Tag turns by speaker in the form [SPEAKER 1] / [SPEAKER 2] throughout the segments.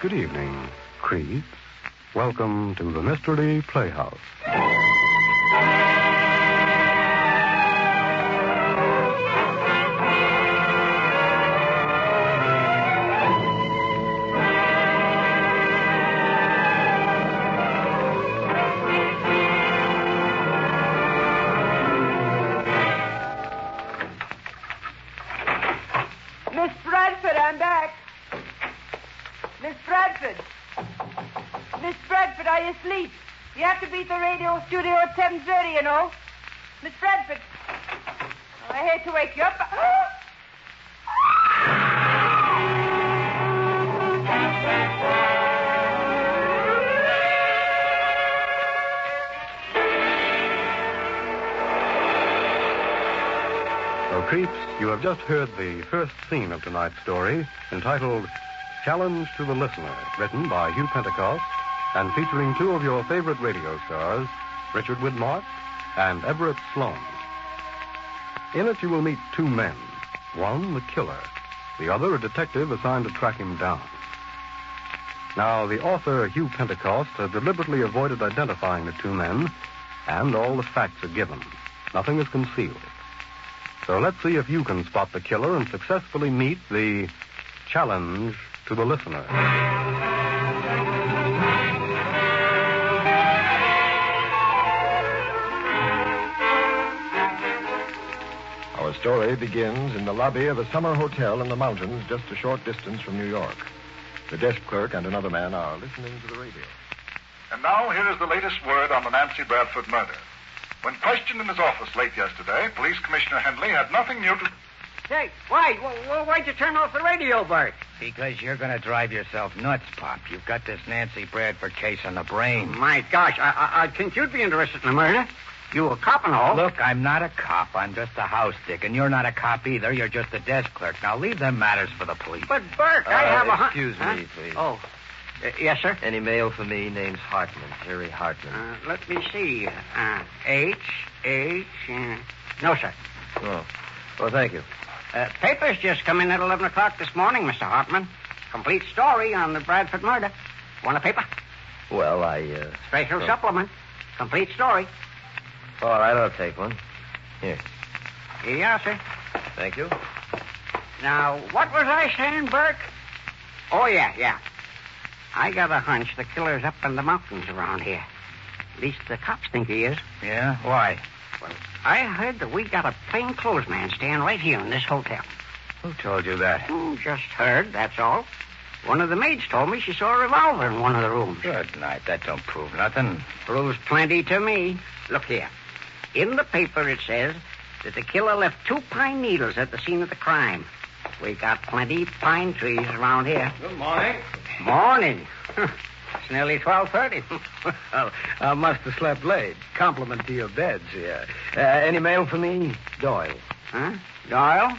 [SPEAKER 1] Good evening, Creeds. Welcome to the Mystery Playhouse.
[SPEAKER 2] Miss Bradford, I'm back. Miss Bradford. Miss Bradford, are you asleep? You have to be at the radio studio at 7.30, you know. Miss Bradford. Oh, I hate to wake you up. but-
[SPEAKER 1] So, Oh, Creeps, you have just heard the first scene of tonight's story, entitled Challenge to the Listener, written by Hugh Pentecost, and featuring two of your favorite radio stars, Richard Widmark and Everett Sloan. In it, you will meet two men, one the killer, the other a detective assigned to track him down. Now, the author, Hugh Pentecost, had deliberately avoided identifying the two men, and all the facts are given. Nothing is concealed. So let's see if you can spot the killer and successfully meet the challenge to the listener.
[SPEAKER 3] Our story begins in the lobby of a summer hotel in the mountains just a short distance from New York. The desk clerk and another man are listening to the radio.
[SPEAKER 4] And now here is the latest word on the Nancy Bradford murder. When questioned in his office late yesterday, Police Commissioner Henley had nothing new to.
[SPEAKER 5] Say, why? Wh- wh- Why'd you turn off the radio, Bart?
[SPEAKER 6] Because you're going to drive yourself nuts, Pop. You've got this Nancy Bradford case on the brain.
[SPEAKER 5] My gosh, I, I, I think you'd be interested in the murder. You a cop and all.
[SPEAKER 6] Look, I'm not a cop. I'm just a house dick, and you're not a cop either. You're just a desk clerk. Now leave them matters for the police.
[SPEAKER 5] But, Burke, I
[SPEAKER 7] Uh,
[SPEAKER 5] have a... hun-
[SPEAKER 7] excuse
[SPEAKER 5] Huh?
[SPEAKER 7] me, please.
[SPEAKER 5] Oh, Uh, yes, sir?
[SPEAKER 7] Any mail for me? Name's Hartman, Jerry Hartman.
[SPEAKER 5] Uh, let me see. Uh, H, H, uh, no, sir.
[SPEAKER 7] Oh. Well, thank you.
[SPEAKER 5] Uh, papers just come in at 11 o'clock this morning, Mr. Hartman. Complete story on the Bradford murder. Want a paper?
[SPEAKER 7] Well, I, uh...
[SPEAKER 5] Special
[SPEAKER 7] Oh.
[SPEAKER 5] supplement. Complete story.
[SPEAKER 7] All right, I'll take one. Here.
[SPEAKER 5] Yeah, sir.
[SPEAKER 7] Thank you.
[SPEAKER 5] Now, what was I saying, Burke? Oh, yeah, yeah. I got a hunch the killer's up in the mountains around here. At least the cops think he is.
[SPEAKER 6] Yeah? Why?
[SPEAKER 5] I heard that we got a plainclothes man staying right here in this hotel.
[SPEAKER 6] Who told you that?
[SPEAKER 5] Hmm, just heard, that's all. One of the maids told me she saw a revolver in one of the rooms.
[SPEAKER 6] Good night. That don't prove nothing.
[SPEAKER 5] Proves plenty to me. Look here. In the paper it says that the killer left two pine needles at the scene of the crime. We got plenty of pine trees around here. Good morning. Morning. It's nearly twelve thirty.
[SPEAKER 6] Well, I must have slept late. Compliment to your beds here.
[SPEAKER 7] Uh, any mail for me? Doyle.
[SPEAKER 5] Huh? Doyle?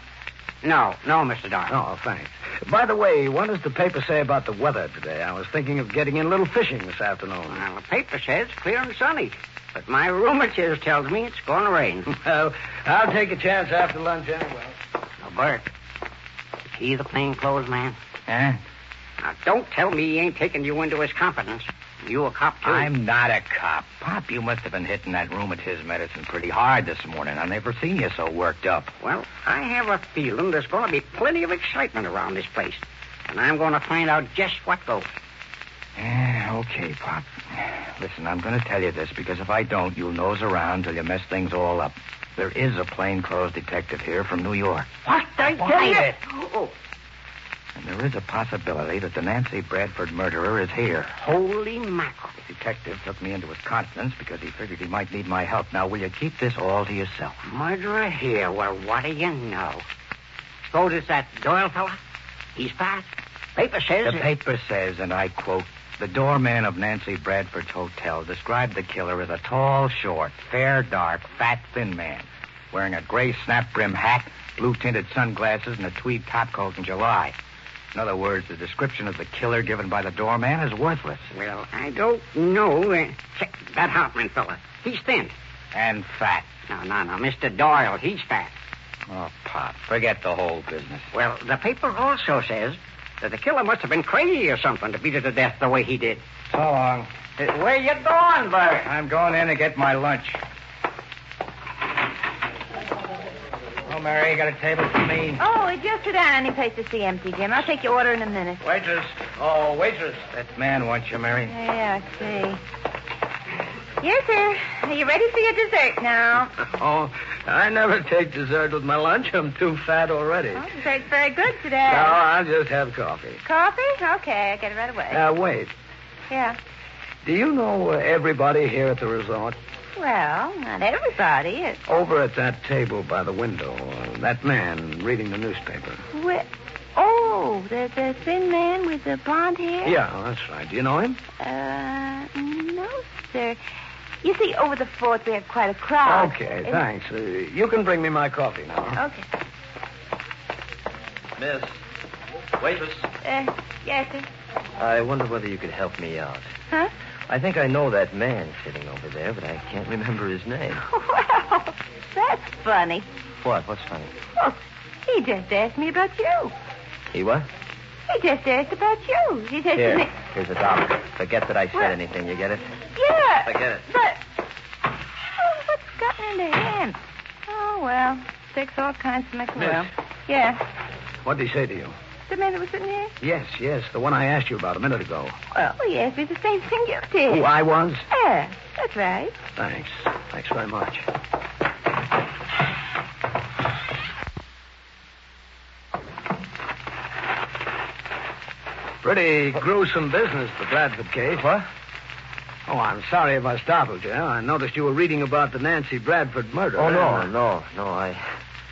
[SPEAKER 5] No, no, Mister Doyle.
[SPEAKER 7] Oh, thanks. By the way, what does the paper say about the weather today? I was thinking of getting in a little fishing this afternoon.
[SPEAKER 5] Well, the paper says clear and sunny, but my rheumatism tells me it's going to rain.
[SPEAKER 7] Well, I'll take a chance after lunch anyway.
[SPEAKER 5] Now, Burke, is he the plainclothes man?
[SPEAKER 6] Huh?
[SPEAKER 5] Now, don't tell me he ain't taking you into his confidence. You a cop too?
[SPEAKER 6] I'm not a cop. Pop, you must have been hitting that rheumatism medicine pretty hard this morning. I've never seen you so worked up.
[SPEAKER 5] Well, I have a feeling there's going to be plenty of excitement around this place. And I'm going to find out just what goes.
[SPEAKER 6] Yeah, okay, Pop. Listen, I'm going to tell you this because if I don't, you'll nose around till you mess things all up. There is a plainclothes detective here from New York,
[SPEAKER 5] What the
[SPEAKER 6] idiot?
[SPEAKER 5] Oh,
[SPEAKER 6] and there is a possibility that the Nancy Bradford murderer is here.
[SPEAKER 5] holy mackerel.
[SPEAKER 6] The detective took me into his confidence because he figured he might need my help. Now, will you keep this all to yourself?
[SPEAKER 5] Murderer here. Well, what do you know? So does that Doyle fella. He's fast. Paper says...
[SPEAKER 6] The paper says, and I quote, the doorman of Nancy Bradford's hotel described the killer as a tall, short, fair, dark, fat, thin man, wearing a gray snap brim hat, blue tinted sunglasses, and a tweed topcoat in July. In other words, the description of the killer given by the doorman is worthless
[SPEAKER 5] Well, I don't know. Uh, check that Hartman fella. He's thin.
[SPEAKER 6] and fat.
[SPEAKER 5] No, no, no. Mr. Doyle, he's fat.
[SPEAKER 6] Oh, Pop, forget the whole business.
[SPEAKER 5] Well, the paper also says that the killer must have been crazy or something to beat her to death the way he did.
[SPEAKER 8] So long.
[SPEAKER 5] Uh, Where you going, Bert?
[SPEAKER 8] I'm going in to get my lunch. Oh, Mary, you got a table for me?
[SPEAKER 2] Oh, it's just sit down any place to see empty, Jim. I'll take your order in a minute.
[SPEAKER 8] Waitress. Oh, waitress. That man wants you, Mary.
[SPEAKER 2] Yeah, I see. Yes, sir. Are you ready for your dessert now?
[SPEAKER 6] Oh, I never take dessert with my lunch. I'm too fat already.
[SPEAKER 2] Oh, dessert's very good today.
[SPEAKER 6] No, I'll just have coffee.
[SPEAKER 2] Coffee? Okay, I'll get it right away.
[SPEAKER 6] Now, wait.
[SPEAKER 2] yeah.
[SPEAKER 6] Do you know uh, everybody here at the resort?
[SPEAKER 2] Well, not everybody. It...
[SPEAKER 6] Over at that table by the window, uh, that man reading the newspaper.
[SPEAKER 2] Wh- oh, the, the thin man with the blonde hair?
[SPEAKER 6] Yeah, that's right. Do you know him?
[SPEAKER 2] Uh, no, sir. You see, over the fort we have quite a crowd.
[SPEAKER 6] okay,
[SPEAKER 2] And-
[SPEAKER 6] thanks. Uh, you can bring me my coffee now.
[SPEAKER 2] Okay.
[SPEAKER 9] Miss, waitress,
[SPEAKER 2] Uh, yes, sir.
[SPEAKER 9] I wonder whether you could help me out.
[SPEAKER 2] Huh?
[SPEAKER 9] I think I know that man sitting over there, but I can't remember his name.
[SPEAKER 2] Well, that's funny.
[SPEAKER 9] What? What's funny?
[SPEAKER 2] Oh, he just asked me about you.
[SPEAKER 9] He what?
[SPEAKER 2] He just asked about you. He says to
[SPEAKER 9] Here,
[SPEAKER 2] me,
[SPEAKER 9] here's a dollar. Forget that I said
[SPEAKER 2] What?
[SPEAKER 9] anything. You get it?
[SPEAKER 2] yeah.
[SPEAKER 9] Forget it.
[SPEAKER 2] But, oh, what's gotten into him? Oh, well, takes all kinds to make a will. Yeah.
[SPEAKER 6] What did he say to you?
[SPEAKER 2] The man that was sitting here? Oh,
[SPEAKER 6] Yes, yes, the one I asked you about a minute ago.
[SPEAKER 2] Well, he asked me the same thing you did.
[SPEAKER 6] Who I was?
[SPEAKER 2] Yeah, that's right.
[SPEAKER 6] Thanks. Thanks very much. Pretty gruesome business, the Bradford case. What? Oh, I'm sorry if I startled you. I noticed you were reading about the Nancy Bradford murder.
[SPEAKER 9] Oh, no,
[SPEAKER 6] And, uh,
[SPEAKER 9] no, no. I,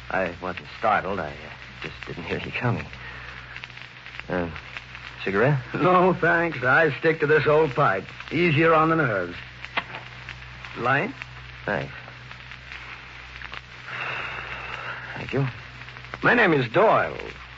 [SPEAKER 9] I wasn't startled. I uh, just didn't hear you coming. Uh, cigarette?
[SPEAKER 6] No, thanks. I stick to this old pipe. Easier on the nerves. Light?
[SPEAKER 9] Thanks. Thank you.
[SPEAKER 6] My name is Doyle.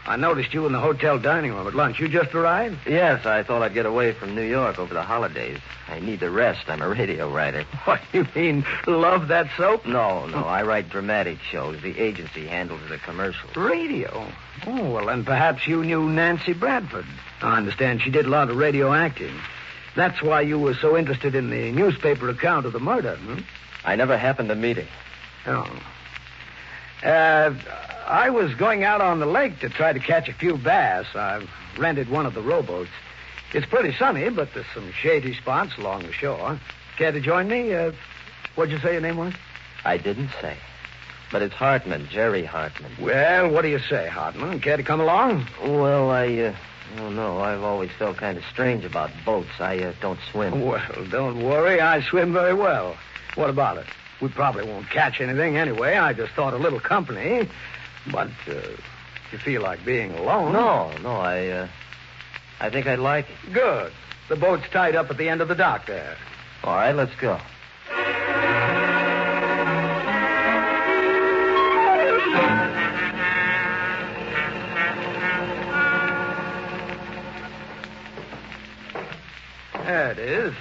[SPEAKER 6] I noticed you in the hotel dining room at lunch. You just arrived?
[SPEAKER 9] Yes, I thought I'd get away from New York over the holidays. I need the rest. I'm a radio writer.
[SPEAKER 6] What do you mean? Love that soap?
[SPEAKER 9] No, no, I write dramatic shows. The agency handles the commercials.
[SPEAKER 6] Radio? Oh, well, then perhaps you knew Nancy Bradford. I understand she did a lot of radio acting. That's why you were so interested in the newspaper account of the murder, hmm?
[SPEAKER 9] I never happened to meet her.
[SPEAKER 6] Oh. Uh, I was going out on the lake to try to catch a few bass. I've rented one of the rowboats. It's pretty sunny, but there's some shady spots along the shore. Care to join me? Uh, what'd you say your name was?
[SPEAKER 9] I didn't say. But it's Hartman, Jerry Hartman.
[SPEAKER 6] Well, what do you say, Hartman? Care to come along?
[SPEAKER 9] Well, I, uh, I don't know. I've always felt kind of strange about boats. I uh, don't swim.
[SPEAKER 6] Well, don't worry. I swim very well. What about it? We probably won't catch anything anyway. I just thought a little company. But uh, if you feel like being alone.
[SPEAKER 9] No, no, I, uh, I think I'd like it.
[SPEAKER 6] Good. The boat's tied up at the end of the dock there.
[SPEAKER 9] All right, let's go.
[SPEAKER 6] There it is.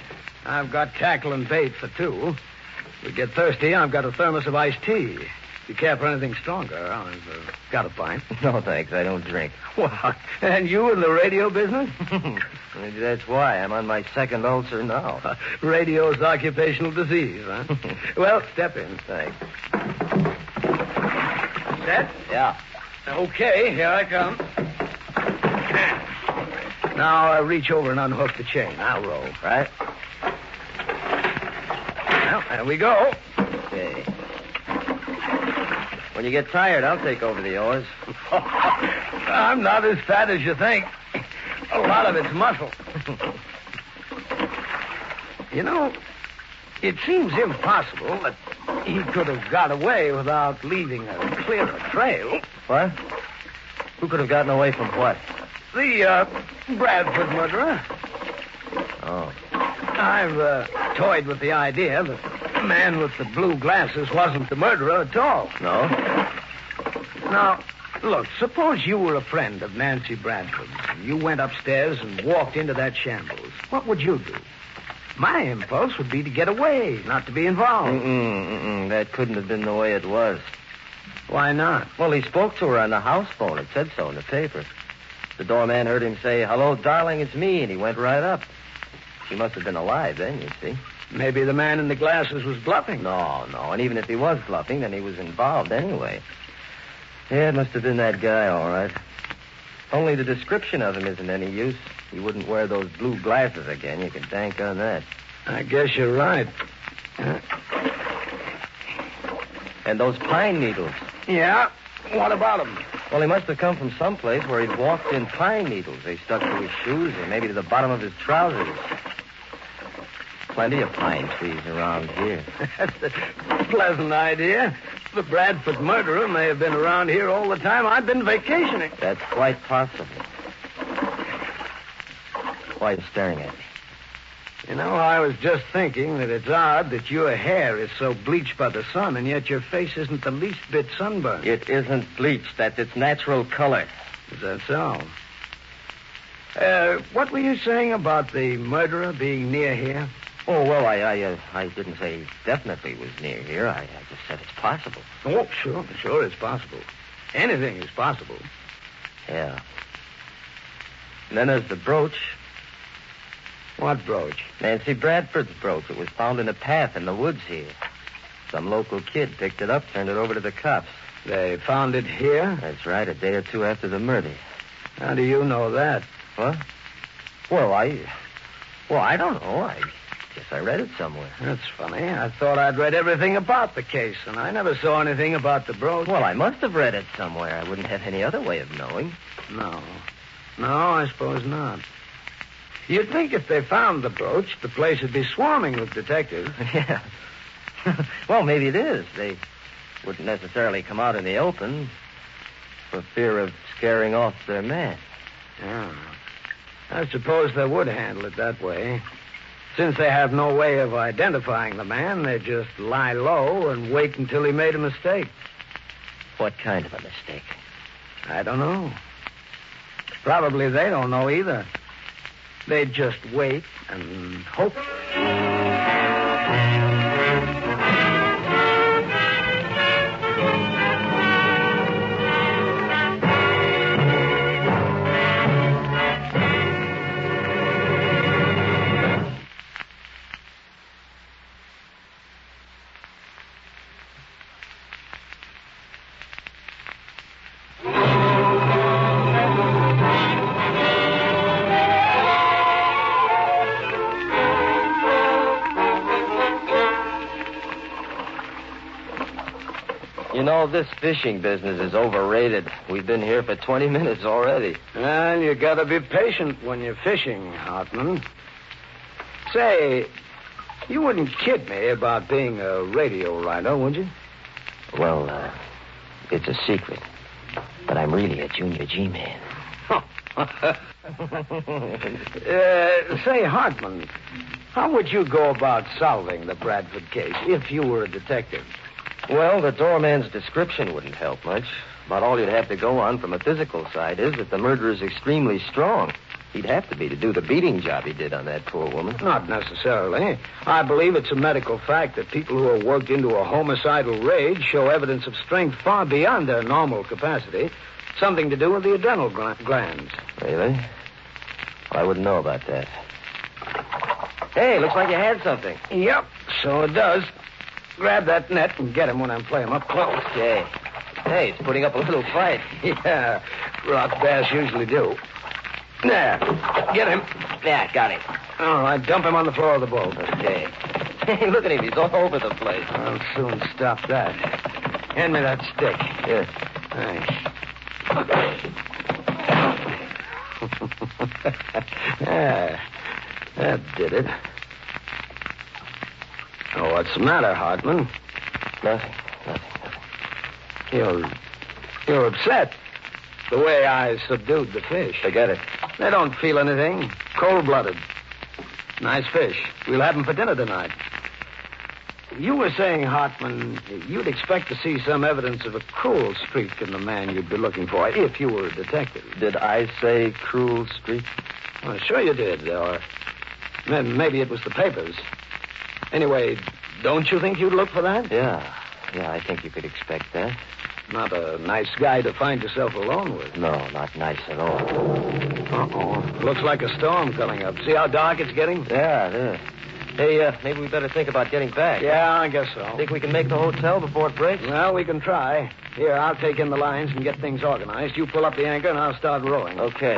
[SPEAKER 6] I've got tackle and bait for two. If we get thirsty, I've got a thermos of iced tea. If you care for anything stronger, I've uh, got a pint.
[SPEAKER 9] No, thanks. I don't drink.
[SPEAKER 6] What? And you in the radio business?
[SPEAKER 9] Maybe that's why I'm on my second ulcer now.
[SPEAKER 6] Radio's occupational disease, huh? well, step in.
[SPEAKER 9] Thanks.
[SPEAKER 6] Set?
[SPEAKER 9] Yeah.
[SPEAKER 6] Okay, here I come. Now uh, reach over and unhook the chain. I'll roll.
[SPEAKER 9] Right?
[SPEAKER 6] Well, there we go.
[SPEAKER 9] Okay. When you get tired, I'll take over the oars.
[SPEAKER 6] I'm not as fat as you think. A lot of it's muscle. you know, it seems impossible that he could have got away without leaving a clearer trail.
[SPEAKER 9] What? Who could have gotten away from what?
[SPEAKER 6] The uh, Bradford murderer.
[SPEAKER 9] Oh.
[SPEAKER 6] I've uh, toyed with the idea that the man with the blue glasses wasn't the murderer at all.
[SPEAKER 9] No?
[SPEAKER 6] Now, look, suppose you were a friend of Nancy Bradford. And you went upstairs and walked into that shambles. What would you do? My impulse would be to get away, not to be involved.
[SPEAKER 9] Mm-mm, mm-mm. That couldn't have been the way it was.
[SPEAKER 6] Why not?
[SPEAKER 9] Well, he spoke to her on the house phone. It said so in the paper. The doorman heard him say, Hello, darling, it's me, and he went right up. She must have been alive then, you see.
[SPEAKER 6] Maybe the man in the glasses was bluffing.
[SPEAKER 9] No, no, and even if he was bluffing, then he was involved anyway. Yeah, it must have been that guy, all right. Only the description of him isn't any use. He wouldn't wear those blue glasses again. You can bank on that.
[SPEAKER 6] I guess you're right.
[SPEAKER 9] And those pine needles.
[SPEAKER 6] Yeah. What about him?
[SPEAKER 9] Well, he must have come from someplace where he'd walked in pine needles. They stuck to his shoes or maybe to the bottom of his trousers. Plenty of pine trees around here.
[SPEAKER 6] That's a pleasant idea. The Bradford murderer may have been around here all the time I've been vacationing.
[SPEAKER 9] That's quite possible. Why are you staring at me?
[SPEAKER 6] You know, I was just thinking that it's odd that your hair is so bleached by the sun, and yet your face isn't the least bit sunburned.
[SPEAKER 9] It isn't bleached. That's its natural color.
[SPEAKER 6] Is that so? Uh, what were you saying about the murderer being near here?
[SPEAKER 9] Oh, well, I I, uh, I didn't say definitely was near here. I, I just said it's possible.
[SPEAKER 6] Oh, sure, sure, it's possible. Anything is possible.
[SPEAKER 9] Yeah. And then there's the brooch.
[SPEAKER 6] What brooch?
[SPEAKER 9] Nancy Bradford's brooch. It was found in a path in the woods here. Some local kid picked it up, turned it over to the cops.
[SPEAKER 6] They found it here?
[SPEAKER 9] That's right, a day or two after the murder.
[SPEAKER 6] How do you know that?
[SPEAKER 9] What? Well, I. Well, I don't know. I guess I read it somewhere.
[SPEAKER 6] That's funny. I thought I'd read everything about the case, and I never saw anything about the brooch.
[SPEAKER 9] Well, I must have read it somewhere. I wouldn't have any other way of knowing.
[SPEAKER 6] No. No, I suppose not. You'd think if they found the brooch, the place would be swarming with detectives.
[SPEAKER 9] yeah. well, maybe it is. They wouldn't necessarily come out in the open for fear of scaring off their man.
[SPEAKER 6] Yeah. I suppose they would handle it that way. Since they have no way of identifying the man, they just lie low and wait until he made a mistake.
[SPEAKER 9] What kind of a mistake?
[SPEAKER 6] I don't know. Probably they don't know either. They just wait and hope.
[SPEAKER 9] You know, this fishing business is overrated. We've been here for 20 minutes already.
[SPEAKER 6] Well, you gotta be patient when you're fishing, Hartman. Say, you wouldn't kid me about being a radio writer, would you?
[SPEAKER 9] Well, uh, it's a secret. But I'm really a junior G man.
[SPEAKER 6] Uh, say, Hartman, how would you go about solving the Bradford case if you were a detective?
[SPEAKER 9] Well, the doorman's description wouldn't help much. About all you'd have to go on from a physical side is that the murderer's extremely strong. He'd have to be to do the beating job he did on that poor woman.
[SPEAKER 6] Not necessarily. I believe it's a medical fact that people who are worked into a homicidal rage show evidence of strength far beyond their normal capacity, something to do with the adrenal gla- glands.
[SPEAKER 9] Really? Well, I wouldn't know about that. Hey, looks like you had something.
[SPEAKER 6] Yep, so it does. Grab that net and get him when I'm playing up close.
[SPEAKER 9] Okay. Hey, it's putting up a little fight.
[SPEAKER 6] Yeah, rock bass usually do. There, get him.
[SPEAKER 9] Yeah, got it.
[SPEAKER 6] All right, dump him on the floor of the boat.
[SPEAKER 9] Okay. Hey, look at him. He's all over the place.
[SPEAKER 6] I'll soon stop that. Hand me that stick.
[SPEAKER 9] Yes.
[SPEAKER 6] Thanks. yeah, that did it. Oh, what's the matter, Hartman?
[SPEAKER 9] Nothing. Nothing. nothing.
[SPEAKER 6] You're, you're upset. The way I subdued the fish.
[SPEAKER 9] Forget it.
[SPEAKER 6] They don't feel anything. Cold blooded. Nice fish. We'll have them for dinner tonight. You were saying, Hartman, you'd expect to see some evidence of a cruel streak in the man you'd be looking for if you were a detective.
[SPEAKER 9] Did I say cruel streak?
[SPEAKER 6] Well, sure you did, or may- maybe it was the papers. Anyway, don't you think you'd look for that?
[SPEAKER 9] Yeah. Yeah, I think you could expect that.
[SPEAKER 6] Not a nice guy to find yourself alone with.
[SPEAKER 9] No, not nice at all.
[SPEAKER 6] Uh-oh. Looks like a storm coming up. See how dark it's getting?
[SPEAKER 9] Yeah, it is. Hey, uh, maybe we better think about getting back.
[SPEAKER 6] Yeah, I guess so.
[SPEAKER 9] Think we can make the hotel before it breaks?
[SPEAKER 6] Well, we can try. Here, I'll take in the lines and get things organized. You pull up the anchor, and I'll start rowing.
[SPEAKER 9] Okay.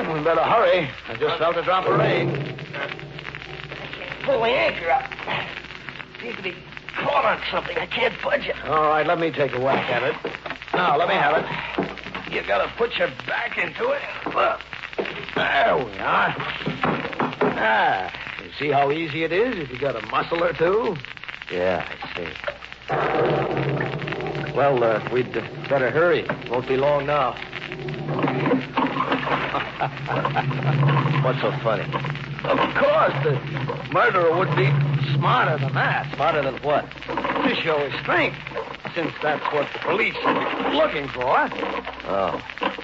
[SPEAKER 6] We better hurry. I just felt a drop of rain.
[SPEAKER 5] Pull the anchor up. Seems to be caught on something. I can't budge it.
[SPEAKER 6] All right, let me take a whack at it. Now, let me have it.
[SPEAKER 5] You gotta put your back into it. Well,
[SPEAKER 6] There we are. Ah, you see how easy it is if you got a muscle or two?
[SPEAKER 9] Yeah, I see. Well, uh, we'd uh, better hurry. Won't be long now. What's so funny?
[SPEAKER 6] Of course, the murderer would be smarter than that.
[SPEAKER 9] Smarter than what?
[SPEAKER 6] To show his strength, since that's what the police are looking for.
[SPEAKER 9] Oh,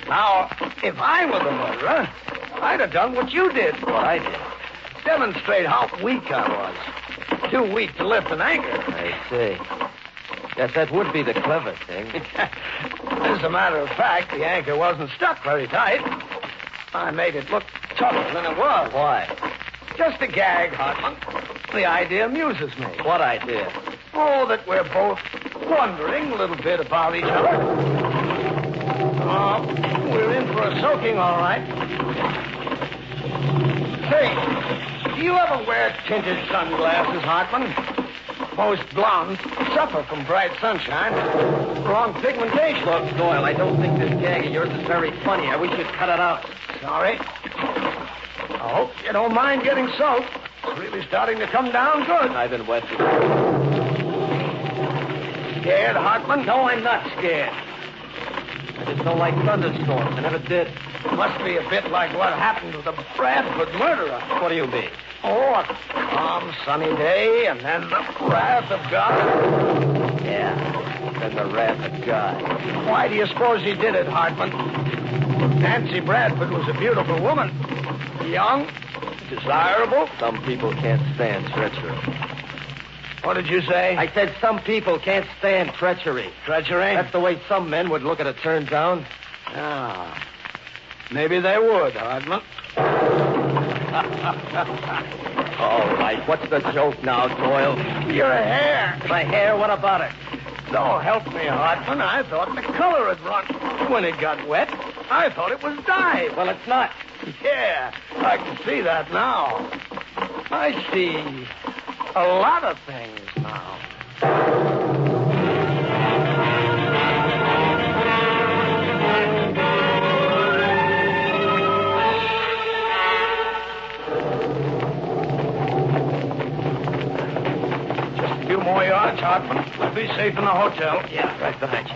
[SPEAKER 6] Now, if I were the murderer, I'd have done what you did.
[SPEAKER 9] what I did.
[SPEAKER 6] Demonstrate how weak I was. Too weak to lift an anchor.
[SPEAKER 9] I see. Yes, that would be the clever thing.
[SPEAKER 6] As a matter of fact, the anchor wasn't stuck very tight. I made it look tougher than it was.
[SPEAKER 9] Why?
[SPEAKER 6] Just a gag, Hartman. The idea amuses me.
[SPEAKER 9] What idea?
[SPEAKER 6] Oh, that we're both wondering a little bit about each other. Oh, we're in for a soaking, all right. Say, do you ever wear tinted sunglasses, Hartman? Most blondes suffer from bright sunshine. Wrong pigmentation.
[SPEAKER 9] Look, Doyle, I don't think this gag of yours is very funny. I wish you'd cut it out.
[SPEAKER 6] Sorry. I hope you don't mind getting soaked. It's really starting to come down good.
[SPEAKER 9] I've been wet before.
[SPEAKER 6] Scared, Hartman? No, I'm not scared.
[SPEAKER 9] I just don't like thunderstorms. I never did.
[SPEAKER 6] Must be a bit like what happened to the Bradford murderer.
[SPEAKER 9] What do you mean?
[SPEAKER 6] Oh, a calm, sunny day, and then the wrath of God.
[SPEAKER 9] Yeah. Then the wrath of God.
[SPEAKER 6] Why do you suppose he did it, Hartman? Nancy Bradford was a beautiful woman. Young, desirable.
[SPEAKER 9] Some people can't stand treachery.
[SPEAKER 6] What did you say?
[SPEAKER 9] I said some people can't stand treachery.
[SPEAKER 6] treachery?
[SPEAKER 9] That's the way some men would look at a turn down.
[SPEAKER 6] Ah. Maybe they would, Hartman.
[SPEAKER 9] All right, what's the joke now, Doyle?
[SPEAKER 6] Your hair.
[SPEAKER 9] My hair, what about it?
[SPEAKER 6] No, help me, Hartman. I thought the color had run. When it got wet, I thought it was dyed.
[SPEAKER 9] Well, it's not.
[SPEAKER 6] Yeah, I can see that now. I see a lot of things now. Just a few more yards, Hartman. We'll be safe in the hotel.
[SPEAKER 9] Yeah, right behind you.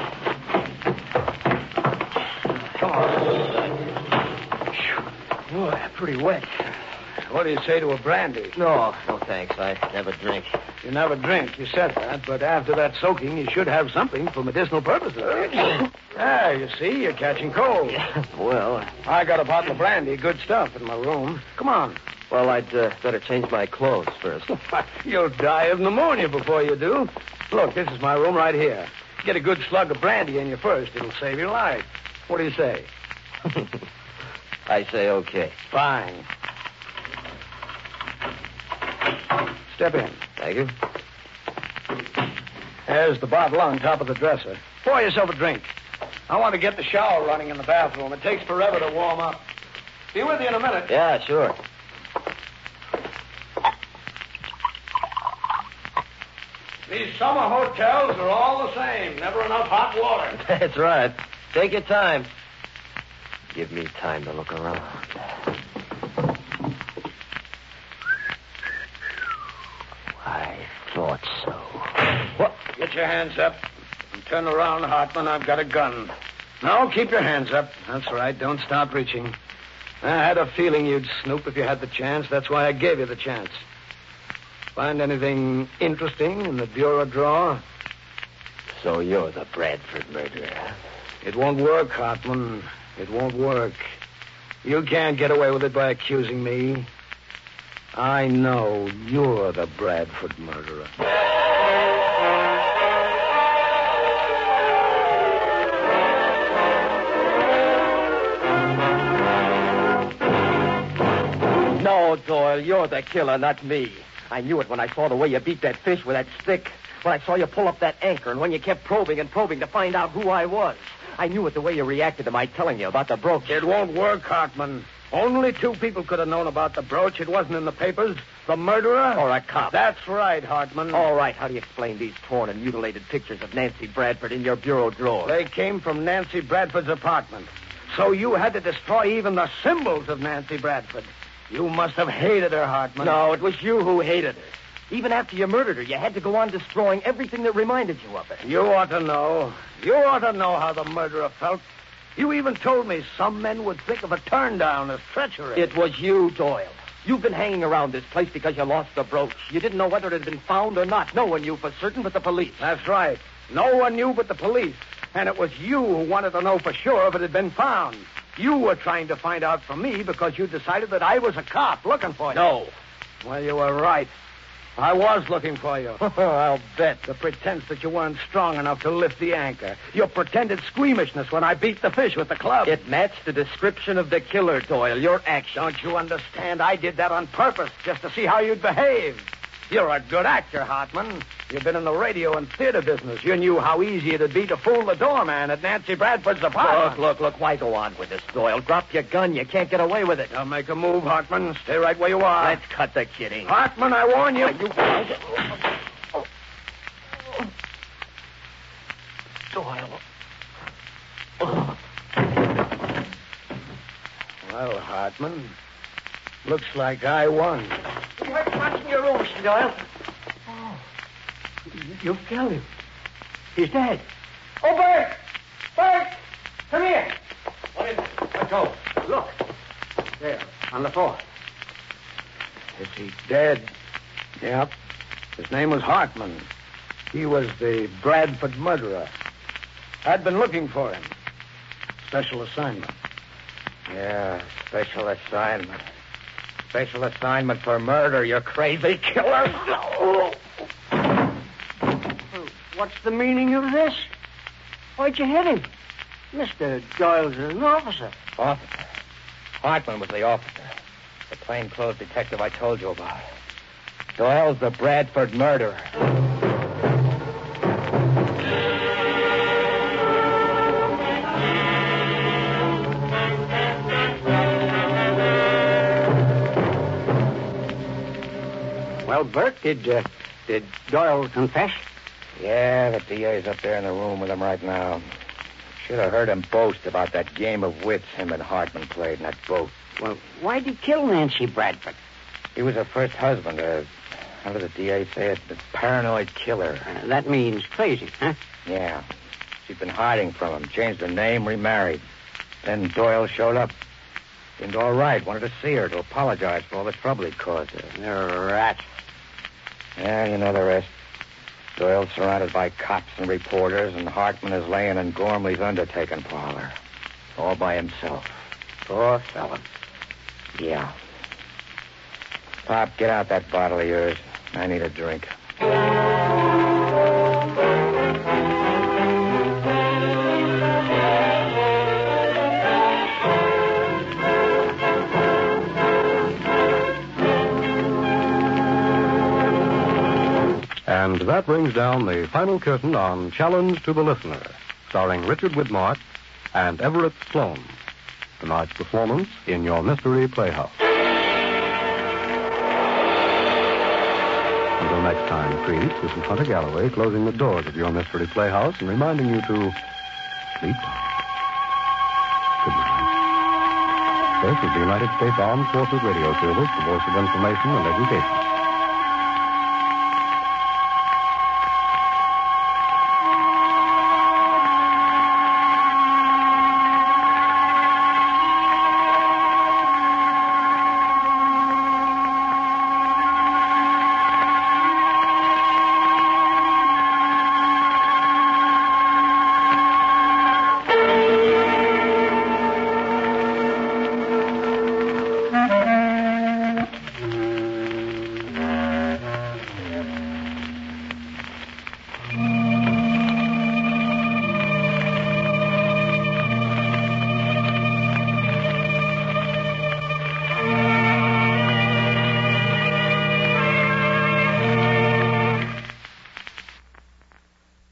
[SPEAKER 6] Come on. Boy, pretty wet. What do you say to a brandy?
[SPEAKER 9] No, no thanks. I never drink.
[SPEAKER 6] You never drink, you said that, but after that soaking, you should have something for medicinal purposes. ah, you see, you're catching cold.
[SPEAKER 9] Well,
[SPEAKER 6] I got a bottle of brandy, good stuff, in my room. Come on.
[SPEAKER 9] well, I'd uh, better change my clothes first.
[SPEAKER 6] You'll die of pneumonia before you do. Look, this is my room right here. Get a good slug of brandy in you first. It'll save your life. What do you say?
[SPEAKER 9] I say okay.
[SPEAKER 6] Fine. Step in.
[SPEAKER 9] Thank you.
[SPEAKER 6] There's the bottle on top of the dresser. Pour yourself a drink. I want to get the shower running in the bathroom. It takes forever to warm up. Be with you in a minute.
[SPEAKER 9] Yeah, sure.
[SPEAKER 6] These summer hotels are all the same. Never enough hot water.
[SPEAKER 9] That's right. Take your time. Give me time to look around. I thought so. What?
[SPEAKER 6] Get your hands up. And turn around, Hartman. I've got a gun. No, keep your hands up. That's right. Don't stop reaching. I had a feeling you'd snoop if you had the chance. That's why I gave you the chance. Find anything interesting in the bureau drawer?
[SPEAKER 9] So you're the Bradford murderer.
[SPEAKER 6] It won't work, Hartman. It won't work. You can't get away with it by accusing me. I know you're the Bradford murderer.
[SPEAKER 9] huh?
[SPEAKER 5] Doyle, you're the killer, not me. I knew it when I saw the way you beat that fish with that stick, when I saw you pull up that anchor, and when you kept probing and probing to find out who I was. I knew it the way you reacted to my telling you about the brooch.
[SPEAKER 6] It won't work, Hartman. Only two people could have known about the brooch. It wasn't in the papers. The murderer
[SPEAKER 5] Or a cop.
[SPEAKER 6] That's right, Hartman.
[SPEAKER 5] All right, how do you explain these torn and mutilated pictures of Nancy Bradford in your bureau drawer?
[SPEAKER 6] They came from Nancy Bradford's apartment. So you had to destroy even the symbols of Nancy Bradford. You must have hated her, Hartman.
[SPEAKER 5] No, it was you who hated her. Even after you murdered her, you had to go on destroying everything that reminded you of her.
[SPEAKER 6] You ought to know. You ought to know how the murderer felt. You even told me some men would think of a turn down as treachery.
[SPEAKER 5] It was you, Doyle. You've been hanging around this place because you lost the brooch. You didn't know whether it had been found or not. No one knew for certain but the police.
[SPEAKER 6] That's right. No one knew but the police. And it was you who wanted to know for sure if it had been found. You were trying to find out from me because you decided that I was a cop looking for you.
[SPEAKER 5] No.
[SPEAKER 6] Well, you were right. I was looking for you. Oh,
[SPEAKER 5] I'll bet.
[SPEAKER 6] The pretense that you weren't strong enough to lift the anchor. Your pretended squeamishness when I beat the fish with the club.
[SPEAKER 5] It matched the description of the killer, Doyle. Your action.
[SPEAKER 6] Don't you understand? I did that on purpose, just to see how you'd behave. You're a good actor, Hartman. You've been in the radio and theater business. You knew how easy it'd be to fool the doorman at Nancy Bradford's
[SPEAKER 5] Look,
[SPEAKER 6] apartment.
[SPEAKER 5] look, look. Why go on with this, Doyle? Drop your gun. You can't get away with it.
[SPEAKER 6] Now make a move, Hartman. Stay right where you are.
[SPEAKER 5] Let's cut the kidding.
[SPEAKER 6] Hartman, I warn you.
[SPEAKER 5] You... Doyle.
[SPEAKER 6] Well, Hartman, looks like I won.
[SPEAKER 5] What's in your room, Mr. Doyle?
[SPEAKER 6] Oh, You killed him. He's dead.
[SPEAKER 10] Oh, Bert! Bert! Come here!
[SPEAKER 6] What is it? Let go. Look. There, on the floor. Is he dead? Yep. His name was Hartman. He was the Bradford murderer. I'd been looking for him. Special assignment.
[SPEAKER 5] Yeah, special assignment. Special assignment for murder, you crazy killer.
[SPEAKER 11] What's the meaning of this? Why'd you hit him? Mr. Doyle's an officer.
[SPEAKER 5] Officer. Hartman was the officer. The plainclothes detective I told you about. Doyle's the Bradford murderer.
[SPEAKER 11] Well, Bert, did uh, did Doyle confess?
[SPEAKER 12] Yeah, the DA's up there in the room with him right now. Should have heard him boast about that game of wits him and Hartman played in that boat.
[SPEAKER 11] Well, why'd he kill Nancy Bradford?
[SPEAKER 12] He was her first husband, a, how did the DA say it? The paranoid killer.
[SPEAKER 11] Uh, that means crazy, huh?
[SPEAKER 12] Yeah. She'd been hiding from him, changed her name, remarried. Then Doyle showed up. Seemed all right, wanted to see her, to apologize for all the trouble he caused her.
[SPEAKER 11] You're rat.
[SPEAKER 12] Yeah, you know the rest. Doyle's surrounded by cops and reporters, and Hartman is laying in Gormley's undertaking parlor. All by himself. Poor fellow. Yeah. Pop, get out that bottle of yours. I need a drink.
[SPEAKER 1] And that brings down the final curtain on Challenge to the Listener, starring Richard Widmark and Everett Sloan. Tonight's performance in your Mystery Playhouse. Until next time, creeps, this is Hunter Galloway closing the doors of your Mystery Playhouse and reminding you to sleep tight. Good night. This is the United States Armed Forces Radio Service, the voice of information and education.